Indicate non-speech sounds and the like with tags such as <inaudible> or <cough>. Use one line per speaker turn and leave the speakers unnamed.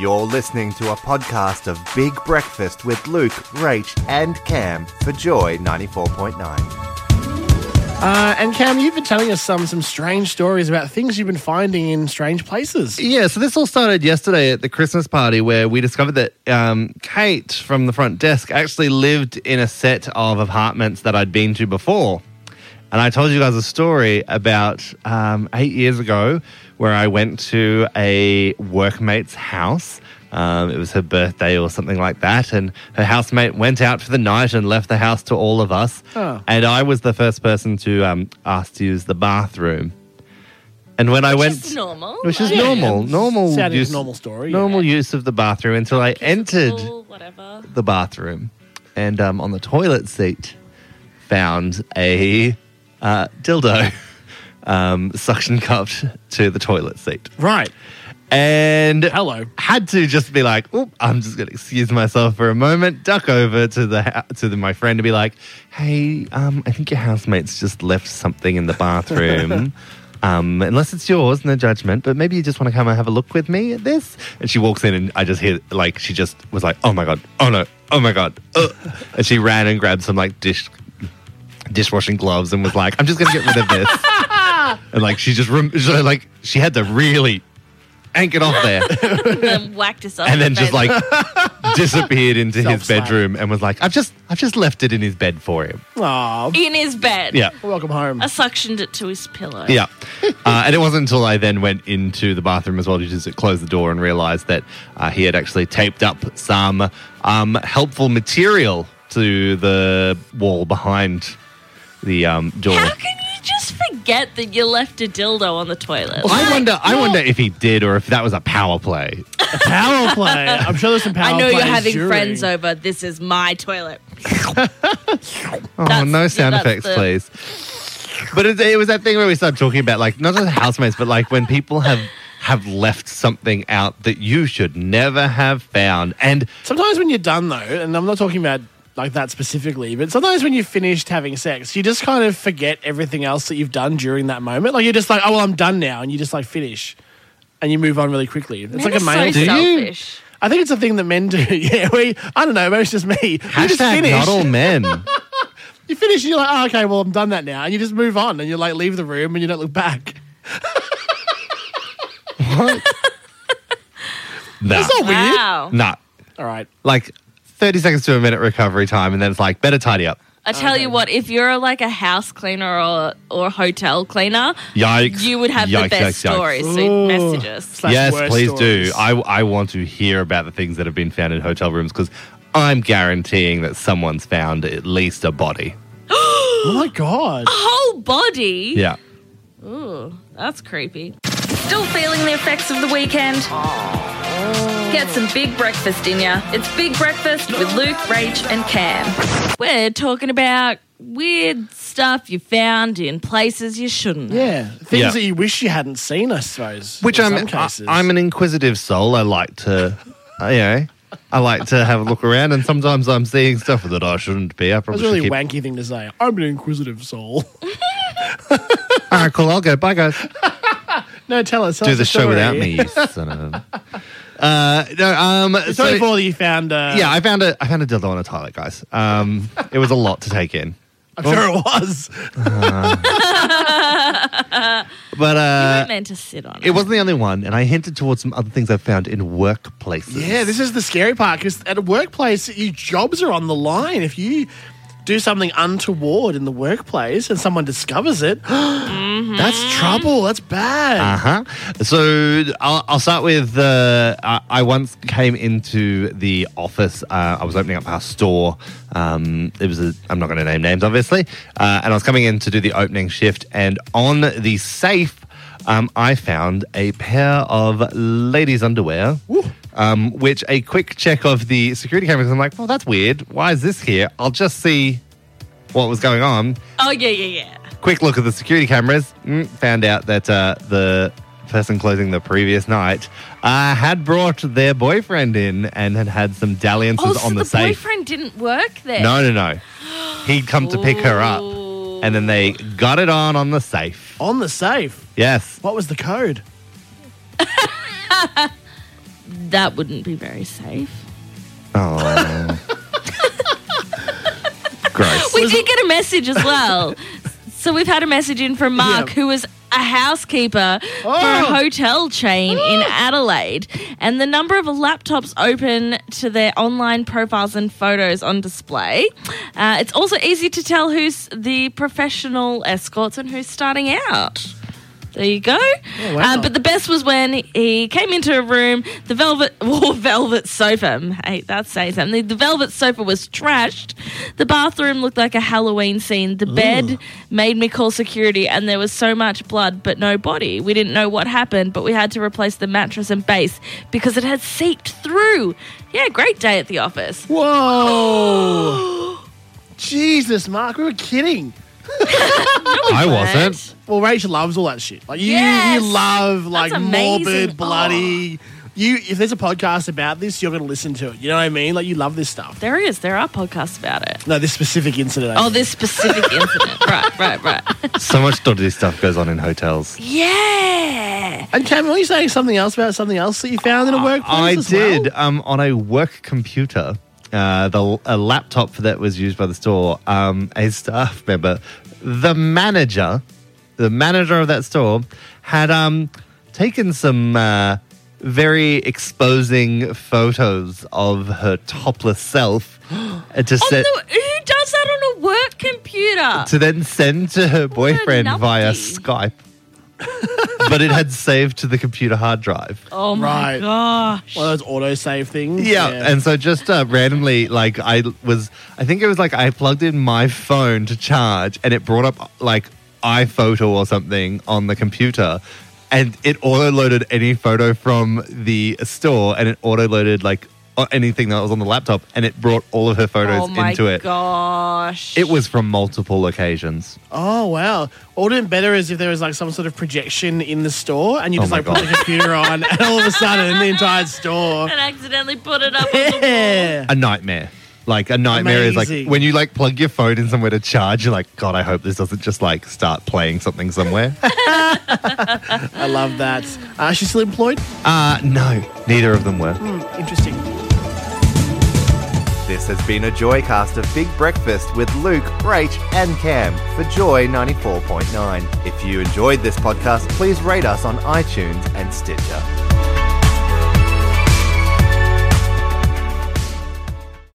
You're listening to a podcast of Big Breakfast with Luke, Rach, and Cam for Joy 94.9.
Uh, and Cam, you've been telling us some some strange stories about things you've been finding in strange places.
Yeah, so this all started yesterday at the Christmas party where we discovered that um, Kate from the front desk actually lived in a set of apartments that I'd been to before. And I told you guys a story about um, eight years ago where I went to a workmate's house. Um, it was her birthday or something like that. And her housemate went out for the night and left the house to all of us.
Oh.
And I was the first person to um, ask to use the bathroom. And when I went,
Which is normal.
which is
like,
normal, normal
Sounding
use,
normal story, yeah.
normal use of the bathroom until I entered
cool, Whatever.
the bathroom, and um, on the toilet seat found a uh, dildo <laughs> um, suction cupped to the toilet seat,
Right.
and
Hello.
had to just be like, "Oh, I'm just going to excuse myself for a moment." Duck over to the ha- to the, my friend to be like, "Hey, um, I think your housemates just left something in the bathroom." Um, unless it's yours, no judgment. But maybe you just want to come and have a look with me at this. And she walks in, and I just hear like she just was like, "Oh my god! Oh no! Oh my god!" Ugh. and she ran and grabbed some like dish dishwashing gloves and was like, "I'm just gonna get rid of this." and like she just rem- so, like she had to really ank it off there
And
<laughs>
then whacked herself.
and then
in the
just
face.
like disappeared into his
Self-slap.
bedroom and was like, "I've just, I've just left it in his bed for him."
Aw,
in his bed.
Yeah,
welcome home.
I suctioned it to his pillow.
yeah. Uh, and it wasn't until I then went into the bathroom as well, just to close the door and realized that uh, he had actually taped up some um, helpful material to the wall behind the um, door.
How can you just forget that you left a dildo on the toilet?
I wonder, I wonder if he did or if that was a power play.
Power
<laughs>
play. I'm sure there's some power.
I know you're
plays
having
during-
friends over. This is my toilet.
Oh,
That's-
no
yeah,
sound
that's
effects,
the-
please. But it, it was that thing where we started talking about, like, not just housemates, but like when people have have left something out that you should never have found. And
Sometimes when you're done though, and I'm not talking about like that specifically, but sometimes when you've finished having sex, you just kind of forget everything else that you've done during that moment. Like you're just like, oh well, I'm done now, and you just like finish, and you move on really quickly. It's
Men
like a
are
male.
so
Do you?
selfish.
I think it's a thing that men do. <laughs> yeah, we. I don't know. Maybe it's just me. You just
hashtag
finish.
not all <laughs> men.
you finish and you're like, oh, okay, well, I'm done that now. And you just move on and you like leave the room and you don't
<gasps>
look back.
nah,
That's not weird.
Wow.
nah.
All right.
Like 30 seconds to a minute recovery time, and then it's like, better tidy up.
I tell you what, if you're like a house cleaner or or hotel cleaner,
Yikes.
you would have the
Yikes,
best
yikes, yikes.
stories.
Ooh.
So message us.
Slash
yes,
worst
please
stories.
do. I, I want to hear about the things that have been found in hotel rooms because I'm guaranteeing that someone's found at least a body.
oh
<gasps>
my God.
Whole body.
Yeah.
Ooh, that's creepy.
Still feeling the effects of the weekend? Get some big breakfast in ya. It's Big Breakfast with Luke, Rach, and Cam.
We're talking about weird stuff you found in places you shouldn't.
Yeah. Things
Yeah.
that you wish you hadn't seen, I suppose.
Which
in
I'm
some cases.
I, am an inquisitive soul. I like to, uh, you know, I like to have a look around, and sometimes I'm seeing stuff that I shouldn't be. I
That's
probably
a really
should keep.
wanky thing to say. I'm an inquisitive soul. <laughs>
All right, cool. I'll go. Bye, guys.
no, tell us. Tell
Do
us
the show
story.
without me, you son of. a- Uh, no, um,
It's
so-
only for that you found. Uh,
yeah, I found a I found a dildo on a toilet, guys. Um, it was a lot to take in,
I'm sure it was.
but
You
uh,
weren't meant to sit on it.
it wasn't the only one. And I hinted towards some other things I found in workplaces.
Yeah, this is the scary part because at a workplace, your jobs are on the line. If you do something untoward in the workplace and someone discovers it, <gasps>
Mm-hmm.
that's trouble. That's bad.
Uh huh. So I'll, I'll start with uh, I, I once came into the office. Uh, I was opening up our store. Um, it was a, I'm not going to name names, obviously. Uh, and I was coming in to do the opening shift, and on the safe, um, I found a pair of ladies' underwear. Um, which a quick check of the security cameras. I'm like, well, that's weird. Why is this here? I'll just see what was going on
Oh yeah, yeah, yeah.
quick look at the security cameras, mm, found out that uh, the person closing the previous night uh, had brought their boyfriend in and had had some dalliances
Oh,
on
so
the,
the,
safe.
boyfriend didn't work there.
No, no, no. He'd come to pick her up,
Oh.
and then they got it on on the safe.
<laughs>
On the safe.
Yes,
What was the code?
that wouldn't be very safe.
Oh. <laughs> Gross.
<laughs> We did get a message as well. so we've had a message in from Mark,
Yeah.
who was a housekeeper for
Oh.
a hotel chain in Adelaide. And the number of laptops open to their online profiles and photos on display. Uh, it's also easy to tell who's the professional escorts and who's starting out. There you go.
wow.
Uh, but the best was when he came into a room. The velvet, <laughs> or velvet sofa. Mate, that's saying something. The velvet sofa was trashed. The bathroom looked like a Halloween scene. The bed made me call security, and there was so much blood, but no body. We didn't know what happened, but we had to replace the mattress and base because it had seeped through. Yeah, great day at the office.
Whoa! <gasps> Jesus, Mark, we were kidding.
I wasn't.
Well, Rachel loves all that shit. Like you,
Yes.
you love like
amazing. Oh.
morbid, bloody. You, if there's a podcast about this, you're going to listen to it. You know what I mean? Like you love this stuff.
There is. There are podcasts about it.
No, this specific incident.
Oh, this specific incident. Right, right, right.
So much dodgy stuff goes on in hotels.
Yeah.
and Cam, were you saying something else about something else that you found in a workplace?
I
as well?
did um, on a work computer. Uh, the a laptop that was used by the store. Um, a staff member, the manager, the manager of that store, had um, taken some uh, very exposing photos of her topless self <gasps> uh,
Oh,
to
On
set
the, who does that on a work computer?
to then send to her boyfriend via
numpty.
Skype. but it had saved to the computer hard drive.
oh my
Right.
gosh.
One of those autosave things.
Yeah, and so just uh, randomly, like I was, I think it was like I plugged in my phone to charge, and it brought up like iPhoto or something on the computer, and it auto loaded any photo from the store, and it auto loaded like o- anything that was on the laptop, and it brought all of her photos
oh my
into it.
gosh.
It was from multiple occasions.
Oh wow! All done better is if there was like some sort of projection in the store, and you
Oh
just
my
like put
God.
the computer on, and all of a sudden the
<laughs>
entire store.
and accidentally put it up. on the-
Yeah.
a nightmare. Like a nightmare is
Amazing.
like when you like plug your phone in somewhere to charge. You're like, God, I hope this doesn't just like start playing something somewhere.
I love that. Uh, she's still employed. Hmm,
uh, no, neither of them were.
Interesting.
This has been a Joycast of Big Breakfast with Luke, Rach, and Cam for Joy 94.9. If you enjoyed this podcast, please rate us on iTunes and Stitcher.